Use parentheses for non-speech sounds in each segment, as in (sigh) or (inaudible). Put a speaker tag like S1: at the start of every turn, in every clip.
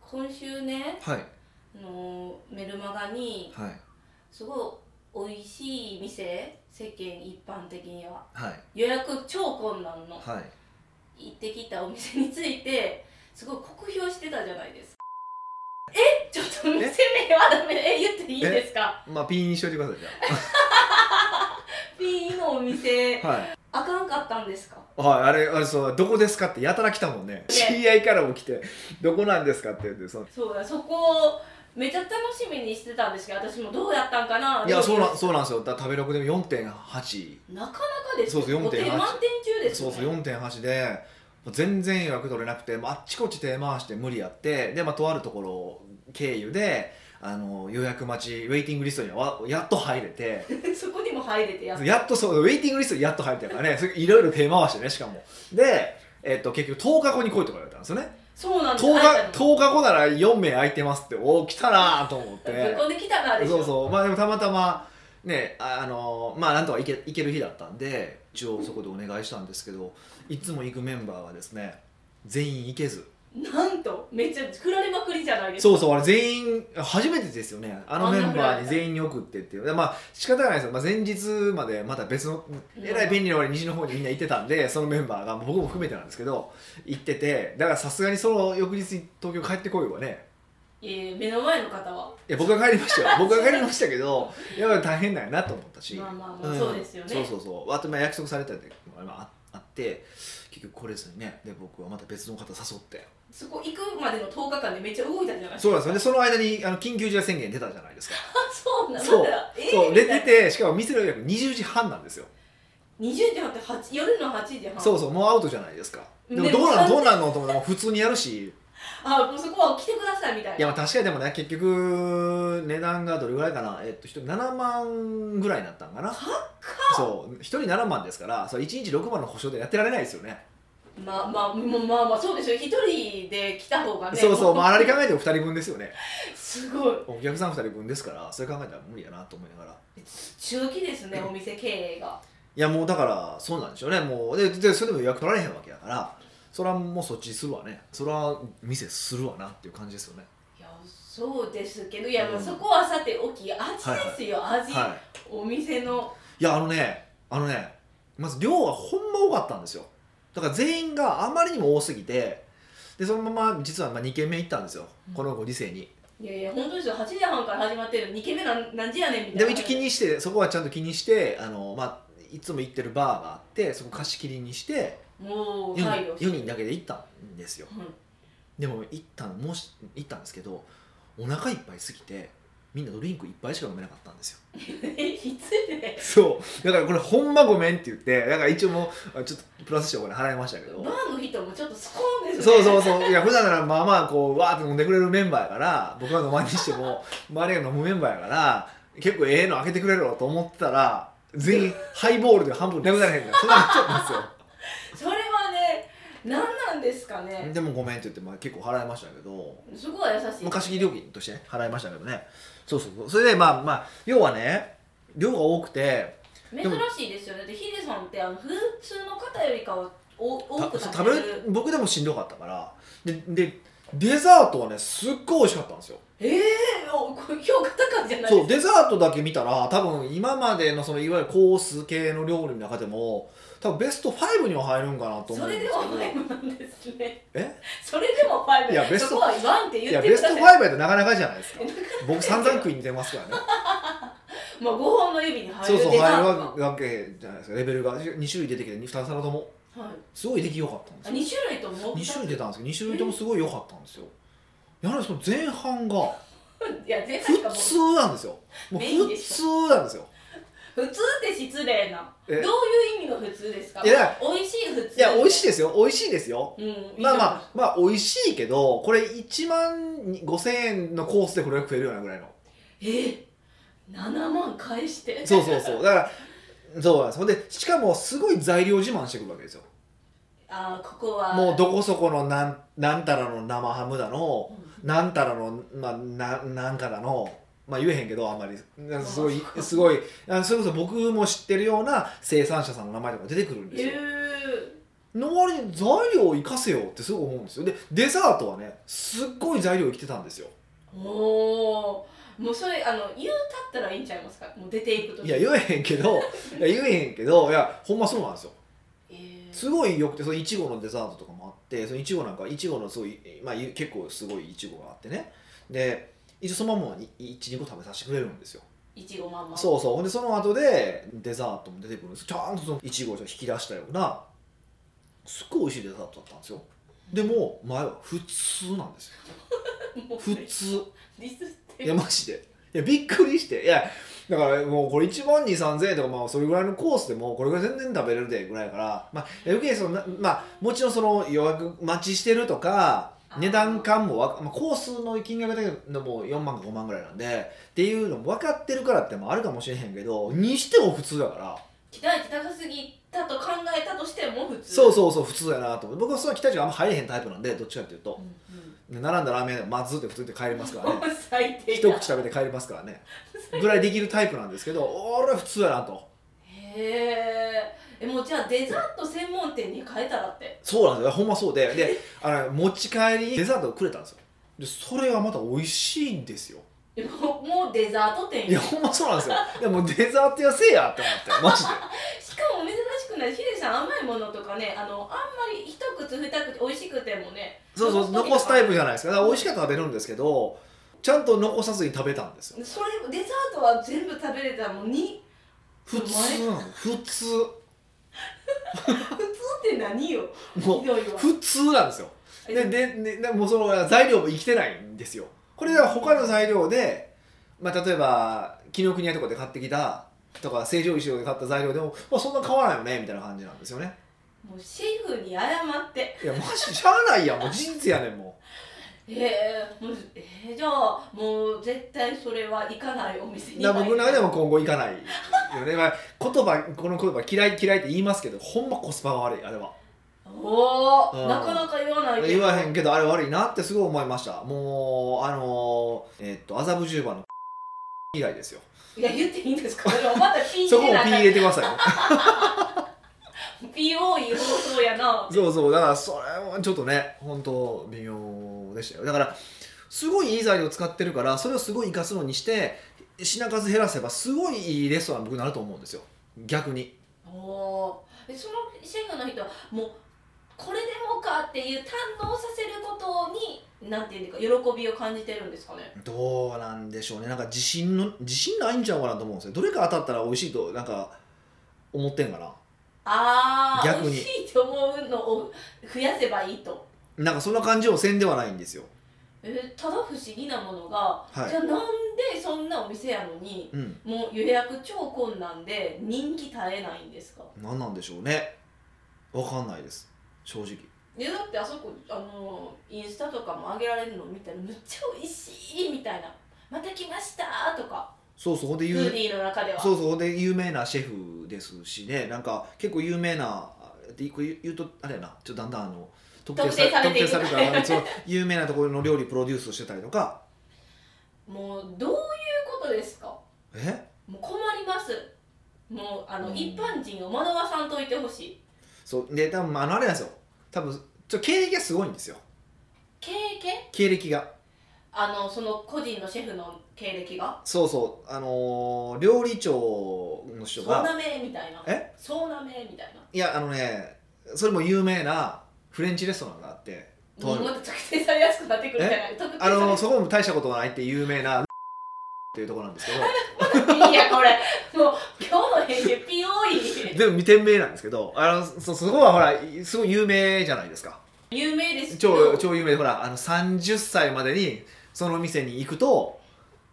S1: 今週ね、
S2: はい
S1: あのメルマガに
S2: はい
S1: すごい美味しい店世間一般的には
S2: はい
S1: 予約超困難の
S2: はい
S1: 行ってきたお店についてすごい酷評してたじゃないですかえちょっと店名はダメえ言っていいですか
S2: まあピーにしといてくださいじ
S1: ピーのお店
S2: ゃあはい
S1: あかんかったんですか
S2: はい、あれあれそうどこですかってやたら来たもんね知り合いからも来て「どこなんですか?」って言ってその
S1: そうだそこをめちゃ楽しみにしてたんですけど私もどうやったんかない
S2: やそうな
S1: う
S2: そうなんですよだから食べログでも4.8
S1: なかなかです
S2: そうそう4.8
S1: も手満点中です
S2: そ
S1: ね
S2: うそう4.8でもう全然予約取れなくて、まあ、あっちこっち手回して無理やってで、まあ、とあるところ経由であの予約待ちウェイティングリストにはやっと入れ (laughs) て
S1: (laughs) そこにも入れてやっ
S2: やっとそうウェイティングリストにやっと入ってたからねそれいろいろ手回してねしかもで、えっと、結局10日後に来いとか言われたんですよね
S1: そうなんです
S2: 10日
S1: 会
S2: ,10 日後なら4名空いてますっておお来たなーと思っ
S1: えたの
S2: て
S1: ぶっこんできたなでしょ
S2: そうそうまあでもたまたまねああのまあなんとか行け行ける日だったんで一応そこでお願いしたんですけどいつも行くメンバーはですね全員行けず
S1: なんとめっちゃ振られまくりじゃないですか
S2: そうそうあれ全員初めてですよねあのメンバーに全員に送ってっていうでまあ仕方がないですよ、まあ、前日までまた別のえらい便利な俺西の方にみんな行ってたんでそのメンバーが僕も含めてなんですけど行っててだからさすがにその翌日に東京帰ってこいはね
S1: えー目の前の方はい
S2: や僕は帰りましたよ (laughs) 僕は帰りましたけどやっぱり大変だよなと思ったし
S1: まあまあまあ
S2: ん
S1: そうですよね
S2: そうそうそうあとまあ約束されたってあれもああって結局来れずにねで僕はまた別の方誘って
S1: そこ行くまでの10日間でめっちゃ動いたじゃないですか
S2: そうなんですよねその間にあの緊急事態宣言出たじゃないですか
S1: あそうなんだ
S2: そう
S1: えー
S2: そう
S1: み
S2: で
S1: たい
S2: 出
S1: な
S2: てしかも店の予約20時半なんですよ
S1: 20時半って8夜の8時半
S2: そうそうもうアウトじゃないですかでも
S1: ね
S2: どうなん
S1: 完全
S2: どうなんのと思っても普通にやるし
S1: あもうそこは来てくださいみたい
S2: いや
S1: な
S2: まあ確かにでもね結局値段がどれぐらいかなえっと一人7万ぐらいになったんかなそう一人7万ですからそれ1日6万の保証でやってられないですよね
S1: まあまあもうまあまあそうでしょ一人で来た方がね
S2: そうそ
S1: も
S2: う、まあ、あらり考えても2人分ですよね
S1: すごい
S2: お客さん2人分ですからそれ考えたら無理やなと思いながら
S1: 中期ですねお店経営が
S2: いやもうだからそうなんでしょうねもうででそれでも予約取られへんわけやからそれはもうそっちするわねそれは店するわなっていう感じですよね
S1: いやそうですけどいや、まあ
S2: うん
S1: そこはさておき味ですよ、味、
S2: は
S1: お店の
S2: いいやあのねあのねまず量がほんま多かったんですよだから全員があまりにも多すぎてでそのまま実はまあ2軒目行ったんですよこのご時世に
S1: いやいや本当ですよ8時半から始まってる2軒目なんなん時やねんみたいな
S2: でも一応気にしてそこはちゃんと気にしてあの、まあ、いつも行ってるバーがあってそこ貸し切りにして
S1: もう配慮
S2: 4人 ,4 人だけで行ったんですよ
S1: はい
S2: でも行ったもし行ったんですけどお腹いっぱいすぎてみんなドリンクいっぱいしか飲めなかったんですよ
S1: (laughs) えきついね
S2: そうだからこれほんまごめんって言ってだから一応もうあちょっとプラスしてお金払いましたけ
S1: バ
S2: ど
S1: ーの人もちょっとスコーンですね
S2: そうそうそういや普段ならまあまあこうわーって飲んでくれるメンバーやから僕が飲まんにして
S1: (laughs)
S2: も周りが飲むメンバーやから結構ええの開けてくれろと思ってたら全員ハイボールで半分なくならへんからそんなんなっちゃったんですよ
S1: それはね何なんですか (laughs) ね
S2: でもごめんって言って、まあ、結構払いましたけど
S1: そこは優しい
S2: 昔料金としてね払いましたけどねそうそうそうそれでまあまあ要はね量が多くて
S1: 珍しいですよねでヒデさんってあの普通の方よりかはお多く
S2: た
S1: 食
S2: 食
S1: べ
S2: べ
S1: る
S2: る僕でもしんどかったからででデザートはねすっごい美味しかったんですよ
S1: ええー、おこれ評価高いじゃないですか
S2: そうデザートだけ見たら多分今までのそのいわゆるコース系の料理の中でも多分ベスト5には入るんかなと思
S1: そ
S2: うん
S1: れ
S2: で
S1: ですもフ
S2: け
S1: ァイブなんですね
S2: え
S1: それでもファイブ
S2: いやベスト
S1: そこはワンって
S2: どい
S1: 言
S2: や
S1: ってくだ
S2: ベス
S1: さ
S2: ト
S1: い
S2: 5やったらなかなかじゃな
S1: (laughs)
S2: いですか僕散々食いに出ますからね
S1: まあ5本の指に入
S2: そう
S1: る
S2: そう
S1: デザ
S2: 入
S1: ー
S2: る
S1: ト
S2: わけじゃないですかレベルが2種類出てきて2皿とも
S1: がはい
S2: すごい出来良かったんです
S1: あ
S2: よ
S1: 2種類とも
S2: 2種類出たんですけど2種類ともすごい良かったんですよやはりその前半が
S1: いや前
S2: 普
S1: 回かもう
S2: 通なんですよもう
S1: メインで
S2: 普
S1: し
S2: 通なんですよ
S1: 普通って失礼などうい
S2: え
S1: う意味の普通ですか
S2: いや
S1: 美味しい普通
S2: いや美味しいですよ美味しいですよ
S1: うん
S2: まあまあまあ美味しいけどこれ1万5000円のコースでこれが食えるようなぐらいの
S1: え7万返して
S2: そうそうそうだからそうなんですほんでしかもすごい材料自慢してくるわけですよ
S1: あーここは
S2: もうどこそこのなんなんたらの生ハムだの
S1: う
S2: なんたらの、まあ、ななんかだの、まあ、言えへんけどあんまりなすごいすごいあそれこそ僕も知ってるような生産者さんの名前とか出てくるん
S1: ん
S2: ですよ、
S1: えー
S2: の割に材料を生かせよってすごい思うんですよでデザートはねすっごい材料生きてたんですよ
S1: おおもうそれあの言うたったらいいんちゃいますかもう出ていくと
S2: いや言えへんけどいや言えへんけどいやほんまそうなんですよ
S1: え
S2: すごいよくてそのいちごのデザートとかもあってそのいちごなんかいちごのすごい、まあ、ゆ結構すごいいちごがあってねで一応そのまま12個食べさせてくれるんですよ
S1: ー、いちごまんま
S2: そうそうほんでその後でデザートも出てくるんですちゃんとそのいちごを引き出したようなすっごい美味しいデザートだったんですよでも前は普通なんですよ
S1: もう
S2: 普通
S1: ディスって
S2: いやマジでいやびっくりしていやだからもうこれ1万2 3 0 0円とかまあそれぐらいのコースでもこれが全然食べれるでぐらいやからまあ余計そのなまあもちろんその予約待ちしてるとか
S1: あー
S2: 値段感もわか、まあ、コースの金額だけでも4万か5万ぐらいなんでっていうのも分かってるからってもあるかもしれへんけどにしても普通だから
S1: 期待値高すぎたと考えたとしても普通
S2: そうそうそう普通やなと思って僕はその期待値があんま入れへんタイプなんでどっちかっていうと
S1: うんうん
S2: 並んだラーメン屋でもまずって普通って帰りますからね
S1: もう最低
S2: 一口食べて帰りますからねぐらいできるタイプなんですけど俺は普通やなと
S1: へーえもうじゃあデザート専門店に変えたらって
S2: そうなんですよほんまそうで (laughs) であの持ち帰りにデザートをくれたんですよでそれがまた美味しいんですよ
S1: えもうもうデザート店
S2: いやほんまそうなんですよいやもうデザート屋せえやって思ってマジで
S1: しかも珍しくないヒデさん甘いものとかねあのあんまり一口二口美味しくてもね
S2: (laughs) そうそう残すタイプじゃないですかだから美味しかったら食べるんですけどちゃんと残さずに食べたんですよ
S1: それデザートは全部食べれたらもうに
S2: 普通なの普通
S1: 普通って何よ
S2: も
S1: ひどいわ
S2: う普通なんですよ
S1: え
S2: ででででもうその材料も生きてないんですよこれは他の材料で、まあ、例えば紀伊国屋とかで買ってきたとか成城石井とかで買った材料でも、まあ、そんな変わらないよねみたいな感じなんですよね
S1: もうシェフに謝って
S2: いやマジしゃあないやんもう事実やねんも
S1: えー、もうえー、じゃあもう絶対それは行かないお店
S2: う
S1: に
S2: だから僕の中で
S1: も
S2: も今後行かないよね、まあ、言葉この言葉嫌い嫌いって言いますけどほんまコスパが悪いあれは
S1: お
S2: う
S1: お
S2: ん
S1: なかなか言わないけど
S2: 言わへんけどあれ悪いなってすごい思いましたもうあのーえっと麻布十番の以来ですよ
S1: いや言っていいんです (laughs) かでもまだピー
S2: そこ
S1: 入れ
S2: もピ
S1: な
S2: ー
S1: あか
S2: 入れてくださいね
S1: んピー多い放送やな
S2: そうそうだからそれはちょっとね本当微妙でしたよだからすごいいい材料を使ってるからそれをすごい活かすのにして品数減らせばすごいいいレストランに僕になると思うんですよ逆に
S1: おおーえそのシェフの人はもうこれでもかっていう堪能させることになんていうんですか喜びを感じてるんですかね
S2: どうなんでしょうねなんか自信の自信ないんちゃうかなと思うんですよどれか当たったら美味しいとなんか思ってんかな
S1: ああ
S2: 逆に
S1: 美味しいと思うのを増やせばいいと
S2: なんかそんな感じをせんではないんですよ
S1: えーただ不思議なものが、
S2: はい
S1: じゃあなんでそんなお店やのに
S2: うん
S1: もう予約超困難で人気絶えないんですか
S2: 何なんでしょうねわかんないです正直
S1: いやだってあそこあのインスタとかも上げられるの見たらむっちゃ美味しいみたいな「また来ました」とか
S2: そうそうほんで
S1: フ
S2: 言
S1: ー
S2: う
S1: ディーの中では
S2: そうそうで有名なシェフですしねなんか結構有名なでこれ言うとあれやなちょっとだんだんあの特
S1: 特定されていく
S2: 特定されるからそう有名なところの料理プロデュースしてたりとか
S1: もうどういうことですか
S2: え
S1: もう困りますもうあの、
S2: うん
S1: 一般人を惑わさんといてほしい
S2: そうで多分あのあれなんですよ多分ちょ経歴がすごいんですよ
S1: 経験
S2: 経歴が
S1: あのその個人のシェフの経歴が
S2: そうそうあのー料理長の人
S1: そう
S2: が
S1: なめみたいな
S2: え
S1: そうなめみたいない
S2: やあのねそれも有名なフレンチレストランがあってと
S1: も
S2: あ
S1: う
S2: る
S1: もっと特定されやすくなってくるじゃない特定さ
S2: あ
S1: れ
S2: のーそこも大したことがないって有名なっていうところなんですけど
S1: (laughs) いやこれもう今日の編集ピヨーイ
S2: でも店名なんですけどあのそそこはほらすごい有名じゃないですか
S1: 有名ですけど
S2: 超超有名でほらあの30歳までにその店に行くと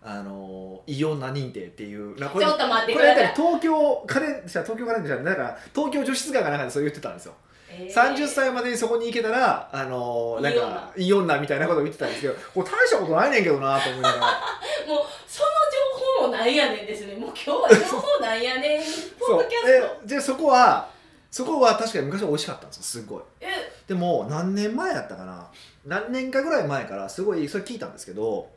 S2: あのいい女認定っていうなこれ
S1: ちょ
S2: こ
S1: っと待って
S2: れ
S1: くだ
S2: やっ
S1: さ
S2: ぱ
S1: い
S2: り東京カレンじゃ東京カレンじゃないだから東京女子図鑑がなんかでそう言ってたんですよ、
S1: えー
S2: 30歳までにそこに行けたらあのなんかいい女みたいなことを言ってたんですけどこれ大したことないねんけどなと思いながら
S1: もうその情報もなんやねんですねもう今日は情報なんやねん (laughs) ポ
S2: (laughs) そ
S1: ッ
S2: う
S1: ドキャスト
S2: ででそこはそこは確かに昔は美味しかったんですよすっごい
S1: え
S2: でも何年前だったかな何年かぐらい前からすごいそれ聞いたんですけど、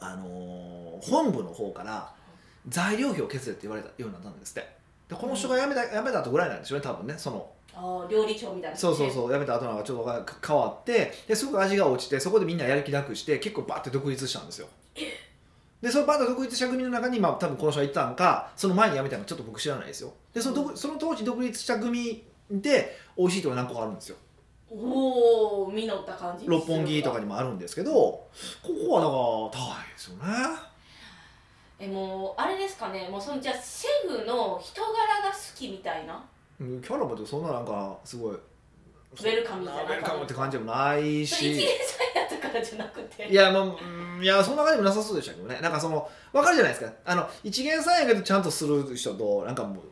S2: あのー本部の方から材料費を削れって言われたようになったんですってでこの人が辞めた辞めた後ぐらいなんでしょうね多分ねその
S1: ああ料理長みたいな
S2: そうそうそう辞めた後なんかちょっとが変わってですごく味が落ちてそこでみんなやる気なくして結構バッて独立したんですよでそのバッと独立した組の中に、まあ、多分この人がいたんかその前に辞めたのかちょっと僕知らないですよでその独その当時独立した組で美味しいとこ何個かあるんですよ
S1: おお実った感じ
S2: 六本木とかにもあるんですけどここはだから高いですよね
S1: えもうあれですかねもうそのじゃあシェフの人柄が好きみたいな
S2: うんキャラもでもそんななんかすごいウ
S1: ェルカムじゃない
S2: ウェルカムって感じでもない
S1: それ一
S2: し
S1: 年生やったからじゃなくて
S2: いやまあうんいやそんな感じもなさそうでしたけどねなんかそのわかるじゃないですかあの一元三やけどちゃんとする人となんかもう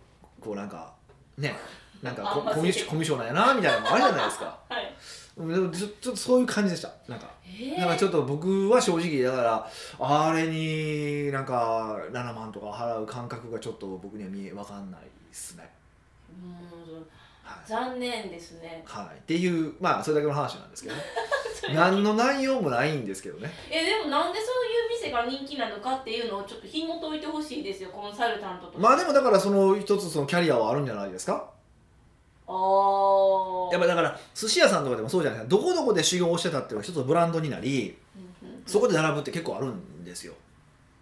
S2: こうなんかねなんかコ
S1: あまあ
S2: コミュ障コミュ障なんやなみたいなのもあるじゃないですか
S1: はい
S2: うんでもちょちょっとそういう感じでしたなんか
S1: え
S2: なんかちょっと僕は正直だからあれになんか7万とか払う感覚がちょっと僕には見えわかんないですね
S1: うん
S2: はい
S1: 残念ですね
S2: はい、っていうまあそれだけの話なんで
S1: (laughs)
S2: すけどね何の内容もないんですけどね
S1: えでもなんでそういう店が人気なのかっていうのをちょっと紐解いてほしいですよコンサルタントとか
S2: まあでもだからその一つそのキャリアはあるんじゃないですか
S1: ああ
S2: やっぱだから寿司屋さんとかでもそうじゃないですかどこどこで修行してたっていうのが一つのブランドになり
S1: うんうん
S2: そこで並ぶって結構あるんですよ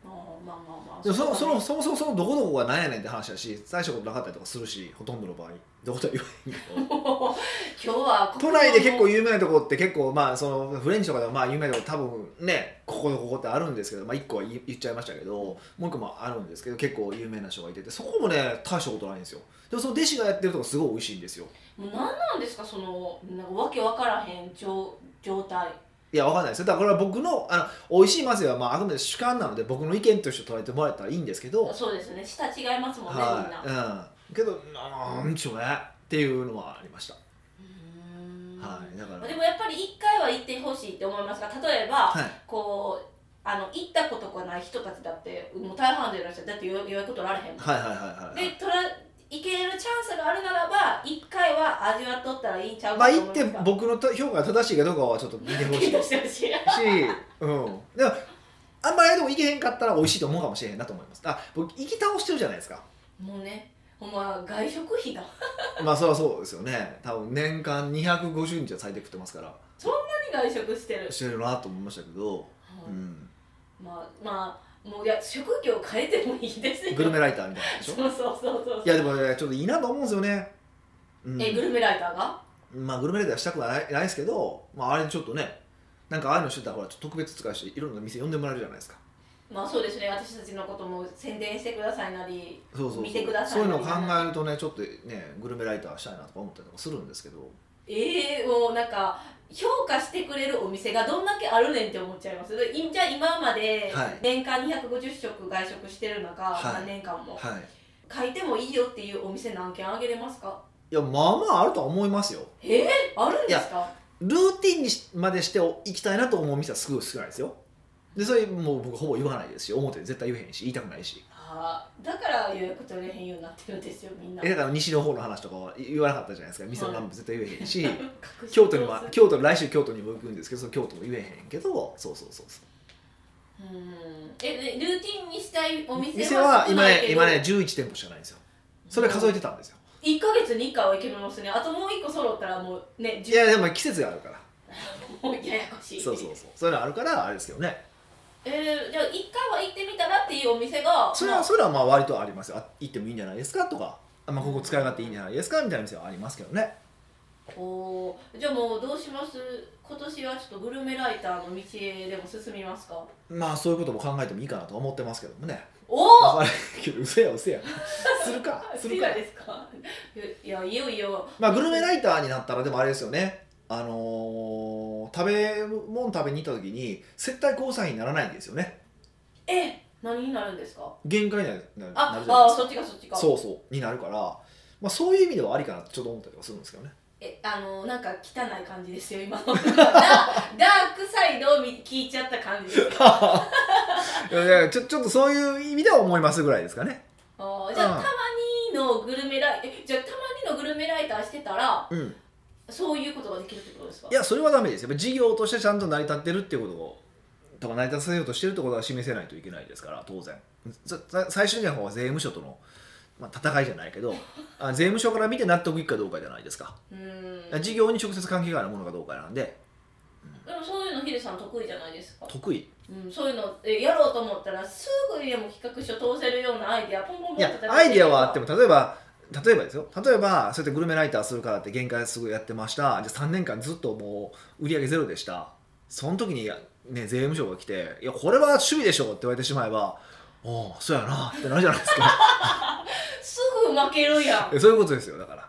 S1: あーまあまあまあ
S2: でもそのその
S1: そ
S2: そもそもそのどこどこが何やねんって話だし大したことなかったりとかするしほとんどの場合どことは言わへんけど
S1: う (laughs) 今日は
S2: 都内で結構有名なとこって結構まあそのフレンチとかでもまあ有名なとこ多分ねここのここってあるんですけどまあ1個は言い言っちゃいましたけどもう1個もあるんですけど結構有名な人がいててそこもね大したことないんですよでもその弟子がやってるとこすごい美味しいんですよ
S1: もう何なんですかそのなんかわけわからへん状状態
S2: いやわかんないですよだからこれは僕のあの美味しいまずはまああくまで主観なので僕の意見として捉えてもらえたらいいんですけど
S1: そうですね舌違いますもんね、みんな
S2: はい、うん、けどなんちょねっていうのはありました、
S1: うーん
S2: はいだから
S1: でもやっぱり一回は行ってほしいって思いますが例えば、
S2: はい
S1: こうあの行ったことがない人たちだってもう大半でいらっしゃるだって予約予約取られへんもん
S2: はいはいはいはい
S1: で取ら行けるチャンスがあるならば一回は味わっとったらいいんちゃう
S2: まあ
S1: か
S2: 言って
S1: ます
S2: 僕の評価が正しいかどうかはちょっと見てほしい
S1: 聞い
S2: し、
S1: てほしいし
S2: うん、でもあんまりでも行けへんかったら美味しいと思うかもしれへんなと思いますあ僕行き倒してるじゃないですか
S1: (laughs) もうねほんま外食費が
S2: まあそりゃそうですよね多分年間250日は最低食ってますから
S1: 何外食してる、
S2: してるなと思いましたけど、うん、
S1: まあまあもういや職業変えてもいいですよ
S2: グルメライターみたいなんでし
S1: そ
S2: ょ
S1: うそうそうそう
S2: いやでもねちょっといいなと思うんですよね、うん、
S1: えグルメライターが
S2: まあ、グルメレーダーしたくはないないですけど、まあ、あれちょっとねなんかああいうのしてたらほらちょっと特別使いしていろんな店呼んでもらえるじゃないですか
S1: まあそうですね私たちのことも宣伝してくださいなり
S2: そうそうそう
S1: 見てください
S2: そういうのを考えるとねちょっとねグルメライターしたいなとか思ったりとかするんですけど
S1: ええもうなんか評価してくれるお店がどんだけあるねんって思っちゃいますでいじゃあ今まで
S2: はい
S1: 年間250食外食してる中、
S2: はい
S1: 何年間も、
S2: はい
S1: 書いてもいいよっていうお店何軒あげれますか
S2: いやまあまああるとは思いますよ
S1: ええあるんですか
S2: ルーティンにしまでしてお行きたいなと思う店はすごい少ないですよでそれもう僕ほぼ言わないですし表で絶対言えへんし言いたくないし
S1: あーだから予約取れへんようになってるんですよみんな
S2: えだから西の方の話とかは言わなかったじゃないですか店の名前も絶対言えへんし、
S1: (laughs) 隠し
S2: 京都にも
S1: 通す
S2: 京都来週京都にも行くんですけどその京都も言えへんけどそうそうそうそう
S1: うんえでルーティンにしたいお店は
S2: 店は
S1: 少
S2: 今
S1: ない
S2: ね
S1: けど
S2: 今ね11店舗しかないんですよそれ数えてたんですよ
S1: 1か月に1回はいけますねあともう1個揃ったらもうね
S2: い
S1: 10
S2: やでも季節があるから
S1: もうややこしい
S2: そうそうそうそういうのあるからあれですけどね
S1: えー、じゃあ一回は行ってみたらっていうお店が
S2: それ
S1: ま
S2: は
S1: あ
S2: それはまあ割とありますよあ行ってもいいんじゃないですかとかあまあここ使い勝手いいんじゃないですかみたいな店はありますけどね
S1: おーじゃあもうどうします今年はちょっとグルメライターの道へでも進みますか
S2: まあそういうことも考えてもいいかなと思ってますけどもね
S1: おお
S2: あれけどうせやうせやする
S1: (laughs)
S2: かするか
S1: ですかいやいよいよ
S2: まあグルメライターになったらでもあれですよねあのー食べ物食べに行った時に接待交際費にならないんですよね
S1: え何になるんですか
S2: 限界になるなるな
S1: あ
S2: るじゃない
S1: あ
S2: ですか
S1: ーそっちかそっちか
S2: そうそうになるから、まあ、そういう意味ではありかなってちょっと思ったりはするんですけどね
S1: えあのなんか汚い感じですよ今のダダークサイドを見聞いちゃった感じです
S2: いやいやちょちょっとそういう意味では思いますぐらいですかね
S1: あーじゃあ、
S2: うん
S1: たまにのグルメライえじゃあたまにのグルメライターしてたら
S2: うん
S1: そういうことができるってことですか
S2: いやそれはダメですよやっぱ事業としてちゃんと成り立ってるっていうことをとか成り立たせようとしてるってことは示せないといけないですから当然ささ最終的な方は税務署とのまあ、戦いじゃないけどあ税務署から見て納得いくかどうかじゃないですか
S1: うん
S2: 事業に直接関係があるものかどうかなんで
S1: でもそういうのヒデさん得意じゃないですか、
S2: 得意
S1: うん、そういうのえやろうと思ったらすぐでも企画書通せるようなアイディアポンポンポンっ
S2: い
S1: て
S2: や
S1: 叩ける
S2: アイディアはあっても例えば例えばですよ例えばそうやってグルメライターするからって限界すぐやってましたじゃあ3年間ずっともう売り上げゼロでしたその時に、ね、税務署が来て「いやこれは趣味でしょ」って言われてしまえば「おおそうやな」ってなるじゃないで
S1: (laughs)
S2: すか
S1: すぐ負けるやん
S2: いやそういうことですよだから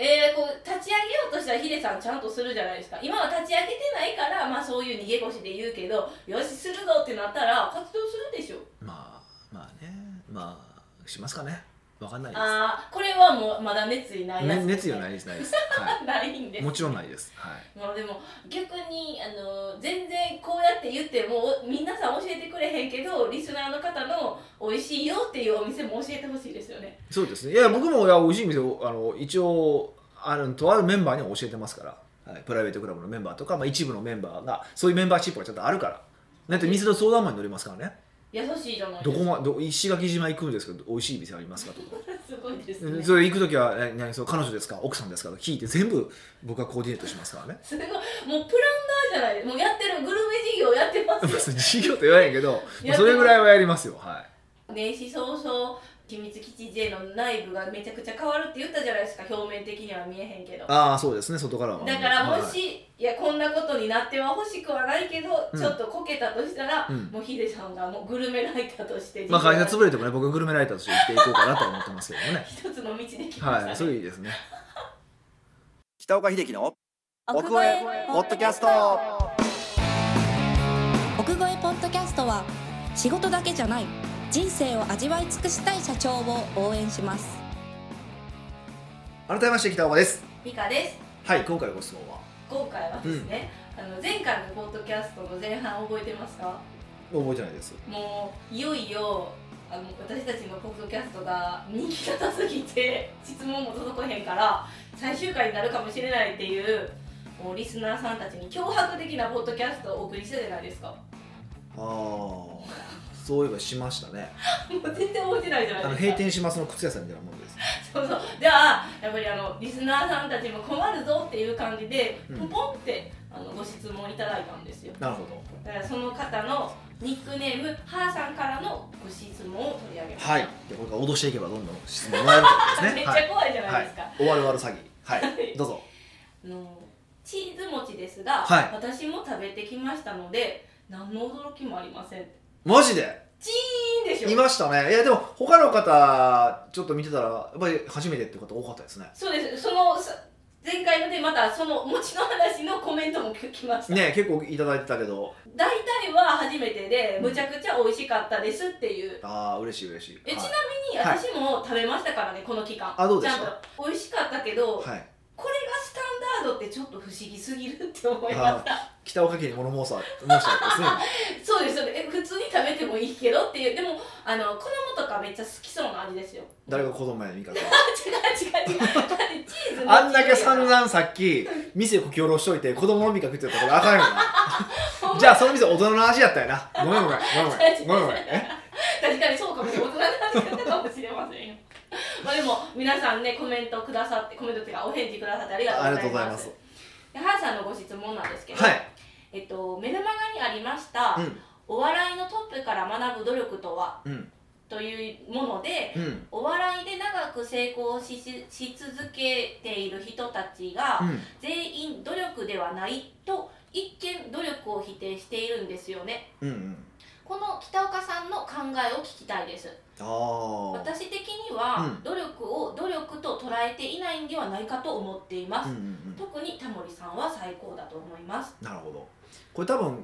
S1: えー、こう立ち上げようとしたらヒデさんちゃんとするじゃないですか今は立ち上げてないからまあそういう逃げ腰で言うけどよしするぞってなったら活動するでしょ
S2: まあまあねまあしますかねわかんないです、
S1: ああこれはもうまだ熱意ないやつ、
S2: ね、熱意はないいですないです、は
S1: (laughs) ないんで (laughs)
S2: い、
S1: す
S2: もちろんないです、はい、
S1: まあでも逆にあの全然こうやって言っても皆さん教えてくれへんけどリスナーの方の美味しいよっていうお店も教えてほしいですよね
S2: そうですねいや僕もいや美味しい店をあの一応あるとあるメンバーには教えてますから、はい、プライベートクラブのメンバーとか、まあ、一部のメンバーがそういうメンバーシップがちょっとあるからだって店の相談マンに乗りますからね
S1: 優しいじゃない
S2: ど
S1: です
S2: こ
S1: か
S2: まど石垣島行くんですけど美味しい店ありますかとか
S1: (laughs) すごいです
S2: で
S1: ね
S2: それ行く時はえ何そう彼女ですか奥さんですかと聞いて全部僕がコーディネートしますからね (laughs)
S1: すごいもうプランナーじゃないですもうやってるグルメ事業やってま
S2: まあ
S1: す
S2: それ事業と言わへんけど
S1: いや
S2: それぐらいはやりますよは
S1: 年始早々秘密基地 J の内部がめちゃくちゃ変わるって言ったじゃないですか表面的には見えへんけど
S2: いああそうですね外からは
S1: だから
S2: はい
S1: もし、い、やこんなことになっては欲しくはないけど、
S2: うん
S1: ちょっとこけたとしたら、
S2: うん
S1: もうヒデさんがもうグルメライターとして
S2: まあ会社潰れてもね僕はグルメライターとして生きていこうかなとは思ってますけどもね
S1: 一つの道できましたね、
S2: はい、それいいですね。北岡秀樹の
S3: 奥越えポッドキャスト奥越えポッドキャストは仕事だけじゃない人生を味わい尽くしたい社長を応援します
S2: 改めまして北岡です。
S1: ミカです
S2: はい、今回のご質問は
S1: 今回はですね、あの前回のポッドキャストの前半覚えてますか
S2: 覚えてないです。
S1: もういよいよあの私たちのポッドキャストが人気が高すぎて (laughs) 質問も届かへんから最終回になるかもしれないっていうもうリスナーさんたちに脅迫的なポッドキャストをお送りしたじゃないですか (laughs)
S2: ああ、そういえばしましたね。
S1: もう全然覚えてないじゃ
S2: あ
S1: ない
S2: の
S1: ですか
S2: 閉店しますの靴屋さんみたいなもんです。
S1: (laughs) そうそうじゃあやっぱりあのリスナーさんたちも困るぞっていう感じで、
S2: う
S1: ポ
S2: ん
S1: ポンってあのご質問いただいたんですよ
S2: なるほど。
S1: だからその方のニックネームハーさんからのご質問を取り上げました、
S2: はい。で、これから脅していけばどんどん質問もらえるということ
S1: め
S2: で
S1: っ
S2: すね。
S1: ち
S2: は
S1: ゃ
S2: い。
S1: 怖いじゃな
S2: はい
S1: で
S2: い
S1: すか、。
S2: 終わる終わる詐欺。はい。どうぞ。
S1: あのチーズ餅ですが、
S2: はい
S1: 私も食べてきましたので何の驚きもありませんい
S2: マジで。
S1: いんでし
S2: い
S1: ょ
S2: ましたね。いや、でも、他の方、ちょっと見てたら、やっぱり初めてって方多かったですね。
S1: そうですそのさ前回のでまたその餅の話のコメントも聞きました、
S2: ね、結構いただいてたけど、
S1: 大体は初めてでむちゃくちゃ美味しかったですっていう
S2: ああ、嬉しい嬉しい。
S1: え
S2: はい
S1: ちなみに
S2: はい
S1: 私も食べましたからねこの期間
S2: あどうでした
S1: ちゃんと美味しかったけど、
S2: はい。
S1: これがスタンダードってちょっと不思議すぎるって思いました
S2: 北岡家に物申さ申したわけですね。
S1: そうですよねえ普通に食べてもいいけどっていうでもあの子供とかめっちゃ好きそうな味ですよ
S2: 誰が子供やねん味方
S1: 違う違う違うだってチーズの
S2: あんだけ散々さっき店こき下ろしといて子供の味覚って言ったらこれあかん
S1: (laughs)
S2: よなじゃあその店大人の味やったよなごめんごめんごめんごめんごめんえ
S1: 確かにそうかもしれない大人の味方かもしれませんよまあでも皆さんねコメントくださってコメントっていうかお返事くださってありが
S2: ありが
S1: とうご
S2: とうご
S1: ざ
S2: ざ
S1: い
S2: い
S1: ま
S2: ますす
S1: でハーさんのご質問なんですけど、
S2: はい、
S1: えっと、メルマガにありました、
S2: うん
S1: お笑いのトップから学ぶ努力とは
S2: うん
S1: というもので、
S2: うん
S1: お笑いで長く成功ししし続けている人たちが、
S2: うん
S1: 全員努力ではないと一見努力を否定しているんですよね
S2: うんうん
S1: この北岡さんの考えを聞きたいです
S2: ああ
S1: 私的には、
S2: うん
S1: 努力を努力と捉えていないんではないかと思っています、
S2: うんうんうん
S1: 特にタモリさんは最高だと思います
S2: なるほどこれ多分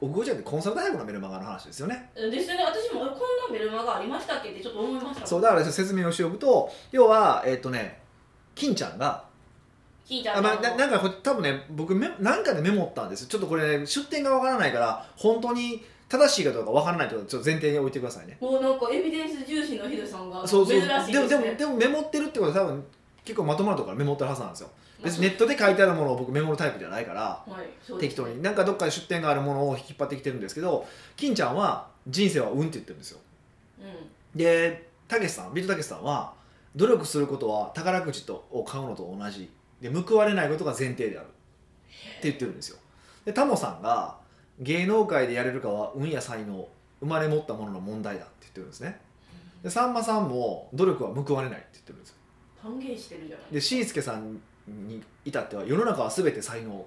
S2: 奥越ちゃんってコンサル大学のメルマガの話ですよね
S1: うんですよね私もこんなメルマガありましたっけってちょっと思いました
S2: そううだから説明をしておくと要はえっ、とね金ちゃんが
S1: 聞いちゃ
S2: あ
S1: った
S2: まあ、ななんかこれ多分ね僕メなんかでメモったんですちょっとこれ、ね、出典がわからないから本当に正しいかどうかわからないとちょっと前提に置いてくださいね
S1: もうなんかエビデンス重視のヒデさんが
S2: そう
S1: 珍し
S2: そ
S1: いうですね
S2: でもでもでもメモってるってことは多分結構まともなところからメモってるはずなんですよ別にネ
S1: ま
S2: ットで書いてあるものを僕メモるタイプじゃないから
S1: あはいそうです
S2: 適当になんかどっかで出典があるものを引っ張ってきてるんですけど金ちゃんは人生は運って言ってるんですよ
S1: う
S2: でたけしさんビートたけしさんは努力することは宝くじとを買うのと同じで報われないことが前提であるって言ってるんですよでタモさんが芸能界でやれるかは運や才能生まれ持ったものの問題だって言ってるんですねでさんまさんも努力は報われないって言ってるんですよ
S1: 半減してるじゃない
S2: でしんすけさんに至っては世の中は全て才能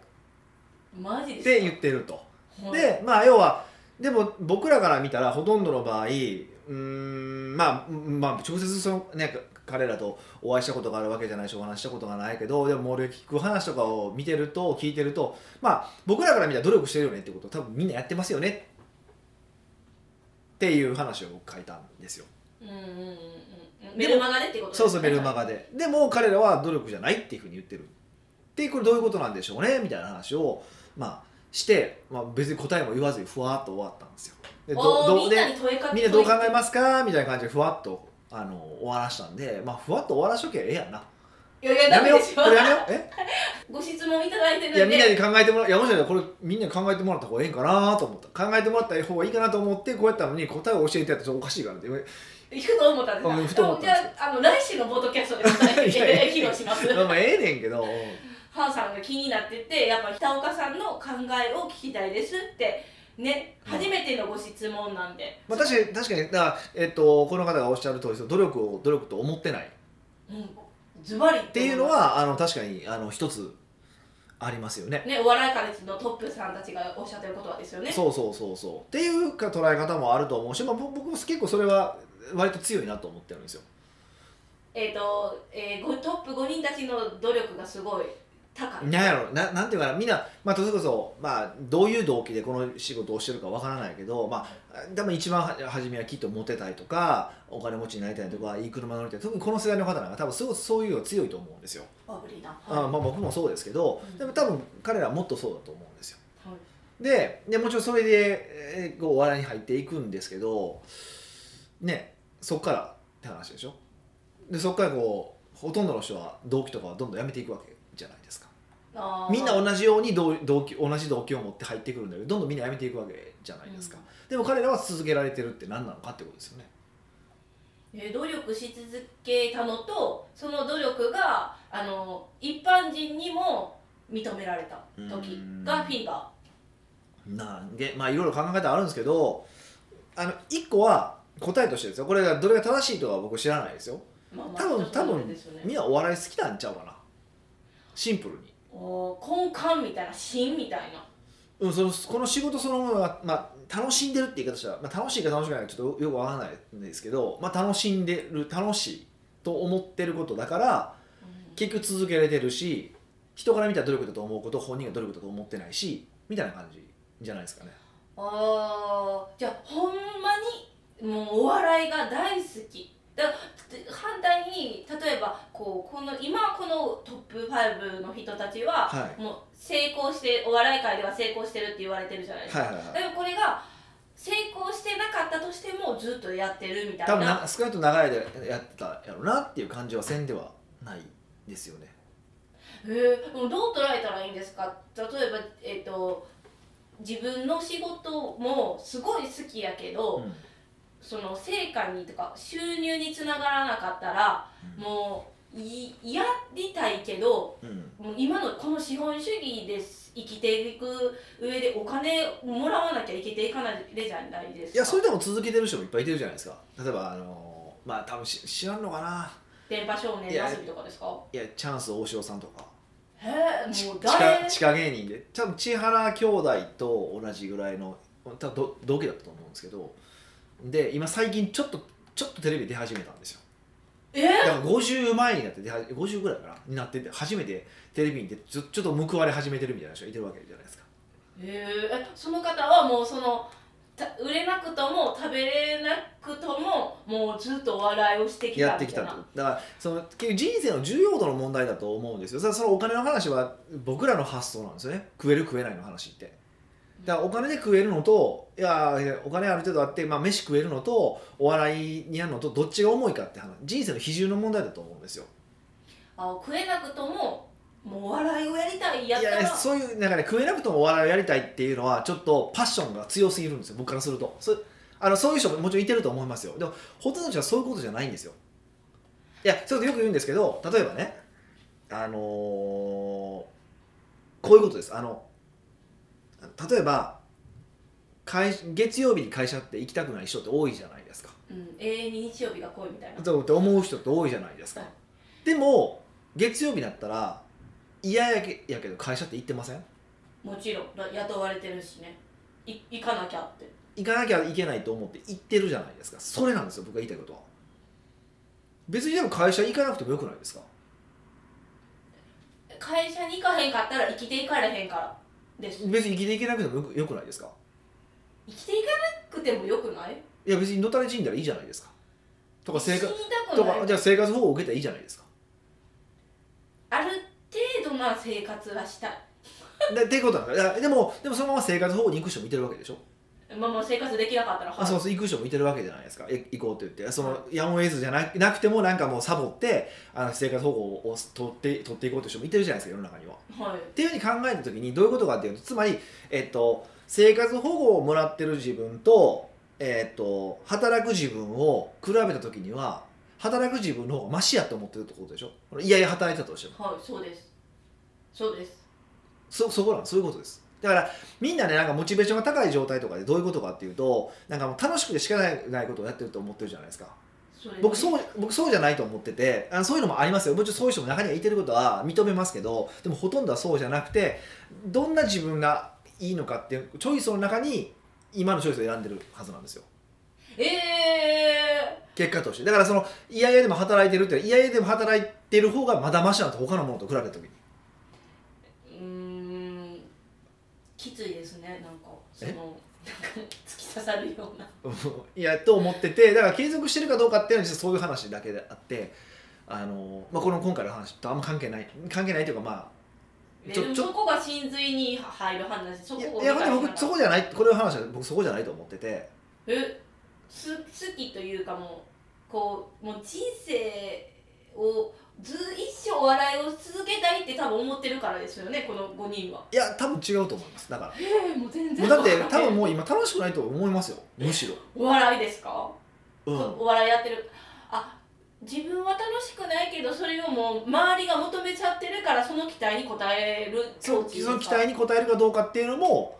S1: マジ
S2: っ
S1: です
S2: て言ってると
S1: はい
S2: でまあ要はでも僕らから見たらほとんどの場合うーんまあ、うんまあ、直接その、ね、か彼らとお会いしたことがあるわけじゃないしお話したことがないけどでも俺聞く話とかを見てると聞いてるとまあ僕らから見たら努力してるよねってこと多分みんなやってますよねっていう話を僕書いたんですよ
S1: うんうんうんうんメルマガでってことです
S2: そうそうメルマ
S1: ガ
S2: ガででも彼らは努力じゃないっていうふうに言ってるでこれどういうことなんでしょうねみたいな話をまあして、まあ、別に答えも言わずにふわっと終わったんですよでどど
S1: みん
S2: で
S1: なに問いかけ
S2: みんなどう考えますかみたいな感じでふわっとあの終わらしたんで、まあ、ふわっと終わらしときゃええやんな
S1: すいやいや
S2: や
S1: ダ
S2: め
S1: メ
S2: よ
S1: で
S2: う
S1: し
S2: これやめ
S1: ょ
S2: ようえ
S1: ご質問いただいてるん
S2: い
S1: で
S2: やみんなに考えてもらういやもしかしたらこれみんなに考えてもらった方がええんかなと思った考えてもらった方がいいかなと思ってこうやったのに答えを教えてやったらちょっとおかしいからって
S1: 行くと思ったんです
S2: う
S1: よ
S2: んふと思ったんですよ
S1: じゃああの来週のボードキャストで答え
S2: (laughs) いやい
S1: て
S2: や
S1: 披露します
S2: まあまあええねんけど
S1: ハンさんが気になっててやっぱ北岡さんの考えを聞きたいですってね
S2: うん
S1: 初めてのご質問なんで、
S2: まあ、確かに確かにだから、えっと、この方がおっしゃる通りです努力を努力と思ってないっ
S1: うん、ズバリって
S2: いうのはあの確かにあの一つありますよね
S1: ねお笑いカレッジのトップさんたちがおっしゃってることはですよね
S2: そうそうそうそうっていうか捉え方もあると思うし、まあ、僕僕も結構それは割と強いなと思ってるんですよ
S1: えっ、と、えーご、トップ5人たちの努力がすごい高い
S2: なんやろななんていうかなみんな、まあ、それこそ、まあ、どういう動機でこの仕事をしてるかわからないけど、まあ、多分一番は初めはきっとモテたいとかお金持ちになりたいとかいい車乗りたい特にこの世代の方なんか多分すごいそういうのが強いと思うんですよ
S1: バブリーな、はい
S2: あまあ僕もそうですけど、
S1: うん
S2: でも多分彼らはもっとそうだと思うんですよ
S1: はい
S2: ででもちろんそれで、えーこうお笑いに入っていくんですけどねそっからって話でしょでそっからこうほとんどの人は動機とかはどんどんやめていくわけじゃないですか
S1: あー
S2: みんな同じように動動機同じ動機を持って入ってくるんだけどどんどんみんなやめていくわけじゃないですか、でも彼らは続けられてるって何なのかってことですよね
S1: えー努力し続けたのとその努力があの一般人にも認められた時がフィーバ
S2: なんでまあいろいろ考え方あるんですけどあの1個は答えとしてですよこれがどれが正しいとかは僕知らないですよ
S1: ー、まあまあ
S2: 多分
S1: 人それぞれですよね
S2: みんなお笑い好きなんちゃうかなシンプルに、
S1: おー根幹みたいな芯みたいな
S2: うん、そのこの仕事そのものが、まあ、楽しんでるって言い方したら、まあ、楽しいか楽しくないかちょっとよくわからないんですけど、まあ、楽しんでる楽しいと思ってることだから結局続けられてるし人から見たら努力だと思うこと本人が努力だと思ってないしみたいな感じじゃないですかね
S1: あーじゃあほんまにもうお笑いが大好きだで反対に例えばこうこの今このトップ5の人たちは、
S2: はい
S1: もう成功してお笑い界では成功してるって言われてるじゃないですか、
S2: はいはいはい
S1: でもこれが成功してなかったとしてもずっとやってるみたいな
S2: 多分な少なくとも長い間やってたやろうなっていう感じはせんではないですよね
S1: へえでもどう捉えたらいいんですか例えば、えっと自分の仕事もすごい好きやけど、
S2: うん
S1: その成果にとか収入につながらなかったらもういやりたいけど
S2: うん
S1: もう今のこの資本主義です生きていく上でお金もらわなきゃ生きていかないじゃないですか
S2: いやそれでも続けてる人もいっぱいいてるじゃないですか例えばあのーまあ多分し知らんのかな
S1: 電波少年の遊びとかですか
S2: いやチャンス大城さんとか
S1: へ
S2: ち
S1: えもう
S2: 地下
S1: 誰
S2: 地下芸人で多分千原兄弟と同じぐらいの多分ど同期だったと思うんですけどで今最近ちょっとちょっとテレビ出始めたん
S1: (laughs)
S2: ですよ
S1: えー
S2: だから50前になって出は50ぐらいかなになってて初めてテレビに出てちょちょっと報われ始めてるみたいな人がいてるわけじゃないですか
S1: へーえその方はもうそのた売れなくとも食べれなくとももうずっとお笑いをしてきたみたいな
S2: やってきたとだからその結局人生の重要度の問題だと思うんですよそれそのお金の話は僕らの発想なんですよね食える食えないの話ってだからお金で食えるのといやいやお金ある程度あって、まあ、飯食えるのとお笑いにやるのとどっちが重いかって話人生の比重の問題だと思うんですよ
S1: あ食えなくとももうお笑いをやりたいやった
S2: いや
S1: ら
S2: そういうなんかね食えなくともお笑いをやりたいっていうのはちょっとパッションが強すぎるんですよ僕からするとそれあのそういう人ももちろんいてると思いますよでもほとんどの人はそういうことじゃないんですよいやそういうことよく言うんですけど例えばねあのーこういうことですあの例えば会月曜日に会社って行きたくない人って多いじゃないですか
S1: うん、永遠に日曜日が来いみたいな
S2: そうって思う人って多いじゃないですか、
S1: はい
S2: でも月曜日だったら嫌やけやけど会社って行ってません
S1: もちろんら雇われてるしねい行かなきゃって
S2: 行かなきゃいけないと思って行ってるじゃないですかそれなんですよ僕が言いたいことは別にでも会社行かなくてもよくないですか
S1: 会社に行かへんかったら生きていかれへんからです
S2: 別に生きていけなくてもよくよくないですか
S1: 生きていかなくてもよくない
S2: いや別にのたれ死んだらいいじゃないですかとか生
S1: 死に
S2: 活
S1: たく
S2: と
S1: な
S2: か
S1: い
S2: じゃあ生活保護を受けたらいいじゃないですか
S1: ある程度な生活はしたい
S2: でっていうことなんだいやでもでもそのまま生活保護に行く人もいてるわけでしょ
S1: まあもう生活できなかったら
S2: あそう
S1: そ
S2: そう行く人もいてるわけじゃないですかえ行こうって言ってそのやむを得ずじゃななくてもなんかもうサボってあの生活保護を取って取っていこうという人もいてるじゃないですか世の中には。っ
S1: うはい
S2: ていうふうに考えた時にどういうことかっていうとつまり、えっと、生活保護をもらってる自分と,、えっと働く自分を比べた時には働く自分の方がマシやと思ってるってことでしょいやいや働いてたとしても
S1: はいそうですそうです
S2: そそこなんそういうことですだからみんなねなんかモチベーションが高い状態とかでどういうことかっていうとなんかもう楽しくてしかないないことをやってると思ってるじゃないですか
S1: それで
S2: 僕そう僕そうじゃないと思っててあのそういうのもありますよもちろんそういう人も中にはいてることは認めますけどでもほとんどはそうじゃなくてどんな自分がいいのかっていうチョイスの中に今のチョイスを選んでるはずなんですよ
S1: ええ
S2: 結果としてだからその嫌々でも働いてるって嫌々でも働いてる方がまだマシなんと他のものと比べた時に (laughs)
S1: ー、うーんきついですねなんかその
S2: え
S1: なんか突き刺さるような
S2: うんいやと思っててだから継続してるかどうかっていうのは実はそういう話だけであってあの、まあ、この今回の話とあんま関係ない関係ないというかまあ
S1: でもそこが真髄に入る話そ
S2: い
S1: こを
S2: やいやほんで
S1: 理解しながら
S2: 僕そこじゃないこれの話は僕そこじゃないと思ってて
S1: えす好きというかもうこうもう人生をず一生お笑いを続けたいって多分思ってるからですよねこの5人はい
S2: や多分違うと思いますだか
S1: ええもう全
S2: らもう
S1: 然
S2: だって多分もう今楽しくないと思いますよむしろ
S1: お (laughs) 笑いですか、
S2: うん
S1: お笑いやってるあ自分は楽しくないけどそれをもう周りが求めちゃってるからその期待に応える
S2: そ
S1: 境
S2: う
S1: 地
S2: その期待に応えるかどうかっていうのも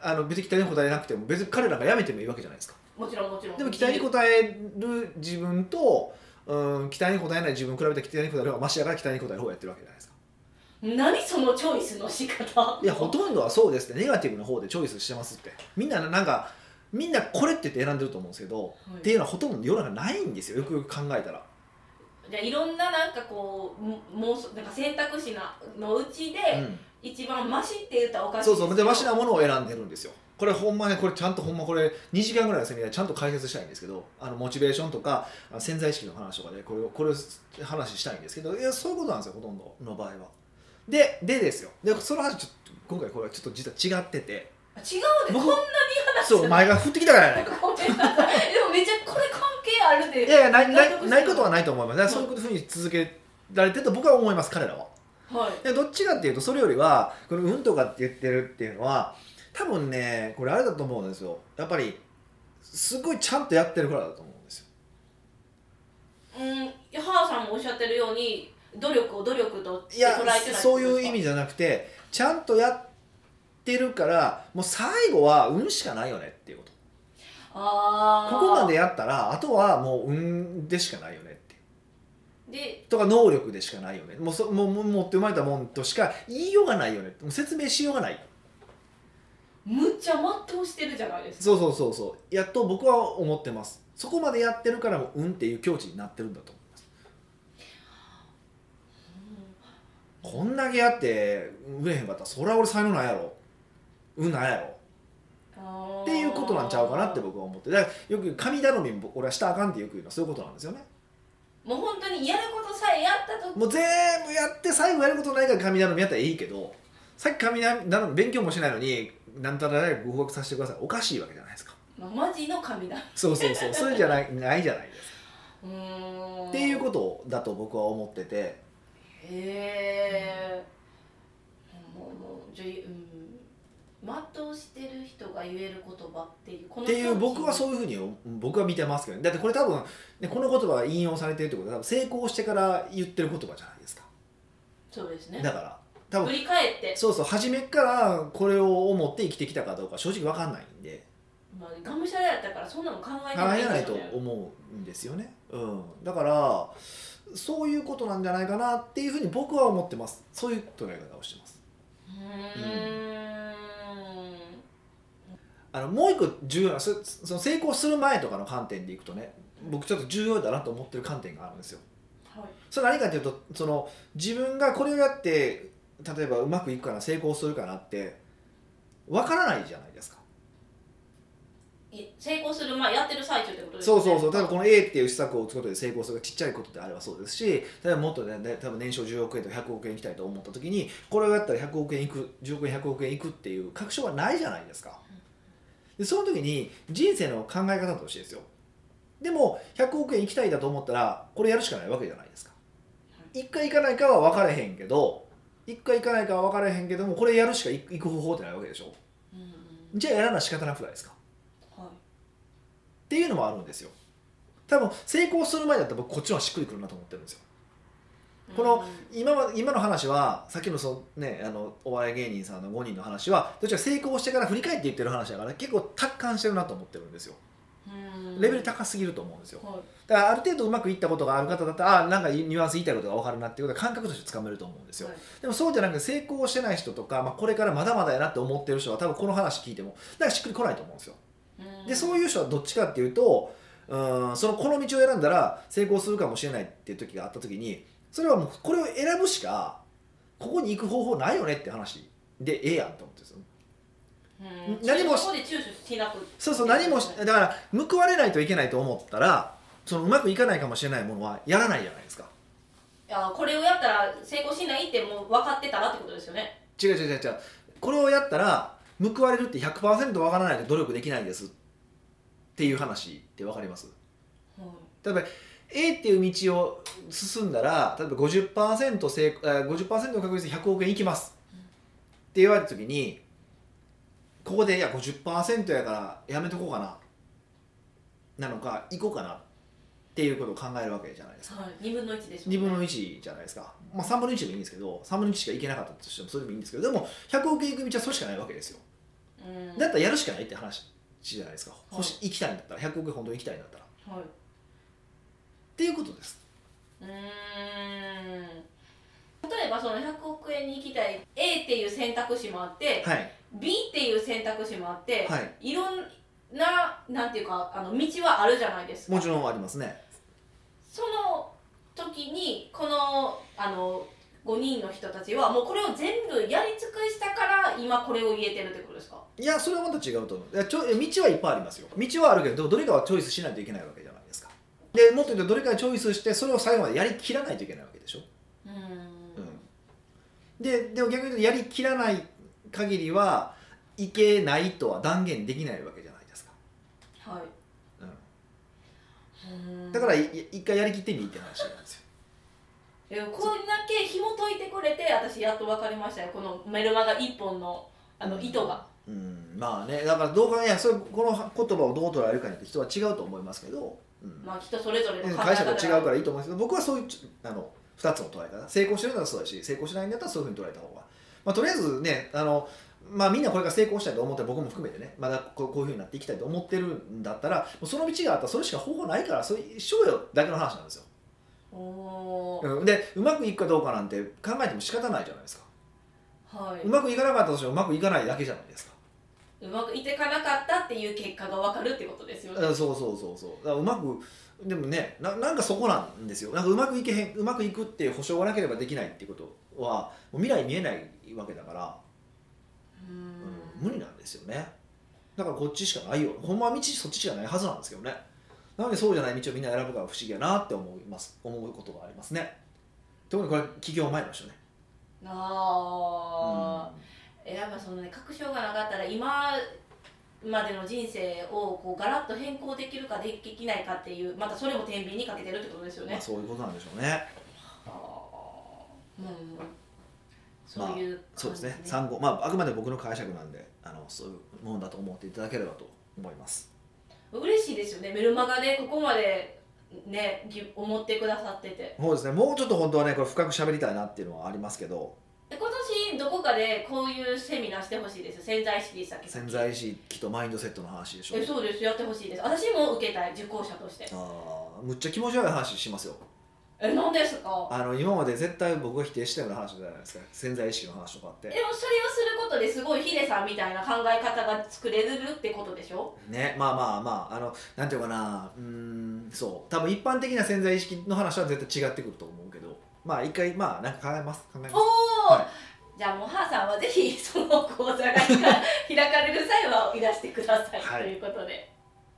S2: あの別に期待に応えなくても別に彼らが辞めてもいいわけじゃないですか
S1: もちろんもちろん
S2: でも期待に応える自分と、うん、期待に応えない自分を比べて期待に応える方がマシだから期待に応える方がやってるわけじゃないですか
S1: 何そのチョイスの仕方
S2: いやほとんどはそうですねネガティブの方でチョイスしてますってみんななんかみんなこれって言って選んでると思うんですけど、
S1: はい
S2: っていうのはほとんど世の中ないんですよよくよく考えたら
S1: じゃあいろんななんかこうも妄想なんか選択肢なのうちで、
S2: う
S1: 一番マシって言ったらおかしい
S2: ん、そ
S1: で
S2: う
S1: すけど
S2: そうでマシなものを選んでるんですよこれほんまねこれちゃんとほんまこれ2時間ぐらいのセミナーでちゃんと解説したいんですけどあのモチベーションとかあの潜在意識の話とかでこれをこれを話したいんですけどいやそういうことなんですよほとんどの場合はででですよでその話ちょっと今回これはちょっと実は違ってて
S1: 違うでこん
S2: 僕
S1: なに話
S2: そうお前が降ってきたからやないか
S1: ごめんなさいでもめっちゃこれ関係あるで
S2: いやいやない
S1: 納
S2: な
S1: 得して
S2: い
S1: る
S2: ないことはないと思いますだからそういうふうに続けられてると僕は思います彼らは
S1: はい
S2: でどっちかっていうとそれよりはこの「うん」とかって言ってるっていうのは多分ねこれあれだと思うんですよやっぱりすごいちゃんとやってるからだと思うんですよ
S1: うんいや母さんもおっしゃってるように努力を努力とし
S2: い
S1: て捉え
S2: や
S1: てないってことですか
S2: そういう意味じゃなくてちゃんとやってるからもう最後は「運しかないよねっていうこと
S1: ああ
S2: ここまでやったらあとはもう「運でしかないよねっていう
S1: で
S2: とか能力でしかないよねもうそもうもう持って生まれたもんとしか言いようがないよねもう説明しようがない
S1: むっちゃ全うしてるじゃないですか
S2: そうそうそうそうやっと僕は思ってますそこまでやってるからもううんっていう境地になってるんだと思いますこんだけやって売れへんかったらそりゃ俺才能ないやろ運ないやろ
S1: っ
S2: っていうことなんちゃうかなって僕は思ってだからよく神頼みも俺はしたらあかんってよく言うのはそういうことなんですよね
S1: もう本当にやることさえやったと
S2: もう全部やって最後やることないから神頼みやったらいいけどさっき神頼み勉強もしないのになんたら大学合格させてくださいおかしいわけじゃないですか
S1: まあマジの神だ
S2: そうそうそうそれじゃないないじゃないですか
S1: うーん
S2: っていうことだと僕は思ってて
S1: へえ、もうもうじゃあうん全うしてる人が言える言葉っていうこ
S2: っ
S1: の
S2: ていう僕は
S1: う
S2: そういうふうに僕は見てますけどねだってこれ多分、ね、この言葉が引用されてるってことは多分成功してから言ってる言葉じゃないですか
S1: そうですね
S2: だから多
S1: 振
S2: 分
S1: り返って、
S2: そうそう初めからこれを思って生きてきたかどうか正直わかんないんで
S1: まあ、がむしゃらやったからそんなの考えて
S2: 考えない
S1: です
S2: と
S1: よね
S2: 思うんですよね、うん、だからそういうことなんじゃないかなっていうふうに僕は思ってますそういう捉え方をしてます
S1: うーん
S2: あのもう一個重要なそその成功する前とかの観点でいくとね僕ちょっと重要だなと思ってる観点があるんですよ
S1: はい
S2: それ何かというとその自分がこれをやって例えばうまくいくかな成功するかなってわからないじゃないですか
S1: い成功する前やってる最中ってことです
S2: そうそうそうう例えばこの A っていう施策を打つことで成功するがちっちゃいことであればそうですし例えばもっとねね多分年商10億円と100億円いきたいと思った時にこれをやったら100億円いく10億円100億円いくっていう確証はないじゃないですかでその時に人生の考え方としてですよでも100億円いきたいだと思ったらこれやるしかないわけじゃないですか一回行かないかは分からへんけど一回行かないかは分からへんけどもこれやるしか行く方法ってないわけでしょ
S1: うんうん
S2: じゃあやらな仕方なくないですか
S1: はい
S2: っていうのもあるんですよ多分成功する前だったら僕こっちの方がしっくりくるなと思ってるんですよこの今は今の話はさっきのその、ね、あのお笑い芸人さんの5人の話はどちらか成功してから振り返って言ってる話だから結構達観してるなと思ってるんですよ
S1: うん
S2: レベル高すぎると思うんですよ
S1: はい
S2: だからある程度うまくいったことがある方だったらあなんかニュアンス言いたいことが分かるなっていうことは感覚としてつかめると思うんですよ、
S1: はい
S2: でもそうじゃなくて成功してない人とか、まあ、これからまだまだやなって思ってる人は多分この話聞いてもなんかしっくりこないと思うんですよでそう
S1: い
S2: いう人はどっちかっていうとうんそのこの道を選んだら成功するかもしれないっていう時があった時にそれはもうこれを選ぶしかここに行く方法ないよねって話でええやんと思ってるんですよ
S1: うん
S2: 何もし
S1: そこで躊躇しなく
S2: そうそう何もしだから報われないといけないと思ったらそのうまくいかないかもしれないものはやらないじゃないですか
S1: いやこれをやったら成功しないってもう分かってたらってことですよね
S2: 違う違う違う違うこれをやったら報われるって100%わからないと努力できないですっていう話ってわかります
S1: はい
S2: 例えば A っていう道を進んだら例えば 50%, 成えー50の確率で100億円いきますって言われた時にここでいや50%やからやめとこうかななのか行こうかなっていうことを考えるわけじゃないですか
S1: はい2分の1ですもんね
S2: 2分の1じゃないですか、まあ、3分の1でもいいんですけど3分の1しか行けなかったとしてもそれでもいいんですけどでも100億円行く道はそれしかないわけですよ
S1: うん
S2: だったらやるしかないって話じゃないですか欲し行きたいんだったら100億円本当に行きたいんだったらっ
S1: はい
S2: ていうことです
S1: うーん例えばその100億円に行きたい A っていう選択肢もあって、
S2: はい
S1: B っていう選択肢もあって、
S2: はい
S1: い、ろんななんていうかあの道はあるじゃないですか
S2: もちろんありますね
S1: その時にこのあの5人の人たちはもうこれを全部やり尽くしたから今これを言えてるってことですか
S2: いやそれはまた違うと思ういやちょえ道はいっぱいありますよ道はあるけどどれかはチョイスしないといけないわけじゃないですかでもっと言うとどれかをチョイスしてそれを最後までやりきらないといけないわけでしょ
S1: うーん
S2: ででも逆に言うとやりきらない限りはいけないとは断言できないわけじゃないですか、
S1: はい
S2: うん、だからいい一回やりきってみいって話なんですよ
S1: えこんだけ紐解いてくれて私やっと分かりましたよこのメルマガ一本の (laughs) あの糸が、
S2: うんまあねだからどうかいやそれこの言葉をどう捉えるかによって人は違うと思いますけど、うん
S1: まあ人それぞれの
S2: 会社が
S1: が
S2: 違うからいいと思うんですけど僕はそういうちあの2つの捉え方成功してるならそうだし成功しないんだったらそういうふうに捉えた方が、まあ、とりあえずねあの、まあ、みんなこれから成功したいと思って僕も含めてねまだこうこういうふうになっていきたいと思ってるんだったらもうその道があったらそれしか方法ないからそれしようよだけの話なんですよ、
S1: おー
S2: うん、でうまくいくかどうかなんて考えても仕方ないじゃないですか
S1: はいう
S2: まくいかなかったとしてもうまくいかないだけじゃないですか
S1: うまくいってかなかったっていう結果が分かるってことですよね
S2: あそうそうそうそうだからうまくでもねななんかそこなんですよなんかうまくいけへんうまくいくっていう保証がなければできないっていうことはもう未来見えないわけだから、
S1: うー
S2: うん
S1: ん
S2: 無理なんですよねだからこっちしかないよほんまは道そっちしかないはずなんですけどねなのでそうじゃない道をみんな選ぶから不思議やなって思います思うことがありますね特にこれ企業前の人ね、
S1: あー、えやっぱそのね確証がなかったら今までの人生をこうガラッと変更できるかできないかっていうまたそれも天秤にかけてるってことですよ
S2: うん
S1: ね
S2: まあ、そういうことなんでしょうね
S1: あーうんそういう感じ、
S2: そうですね産後まああくまで僕の解釈なんであのそういうものだと思っていただければと思います
S1: 嬉しいですよねメルマガでここまでねぎ思ってくださってて
S2: そうですねもうちょっと本当はねこれ深く喋りたいなっていうのはありますけど
S1: で今年どこかでこういうセミナーしてほしいです潜在意識でしたっけ
S2: 潜在意識とマインドセットの話でしょ
S1: えそうですやってほしいです私も受けたい受講者として
S2: あーむっちゃ気持ち悪い話しますよ
S1: え何ですか
S2: あの今まで絶対僕が否定したような話じゃないですか潜在意識の話とかっ
S1: で
S2: て
S1: もそれをすることですごいヒデさんみたいな考え方が作れるってことでしょ
S2: ねまあまあまああのなんていうかなうーんそう多分一般的な潜在意識の話は絶対違ってくると思うけどまあ一回まあなんか考えます考えます
S1: おお、
S2: は
S1: じゃあもうハーさんはぜひその講座が開かれる際はいらしてください、
S2: はい
S1: ということで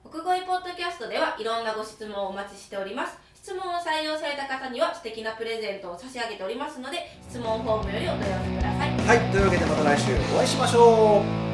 S1: 国語ポッドキャストではいろんなご質問をお待ちしております質問を採用された方には素敵なプレゼントを差し上げておりますので質問フォームよりお問い合わせください
S2: はいというわけでまた来週お会いしましょう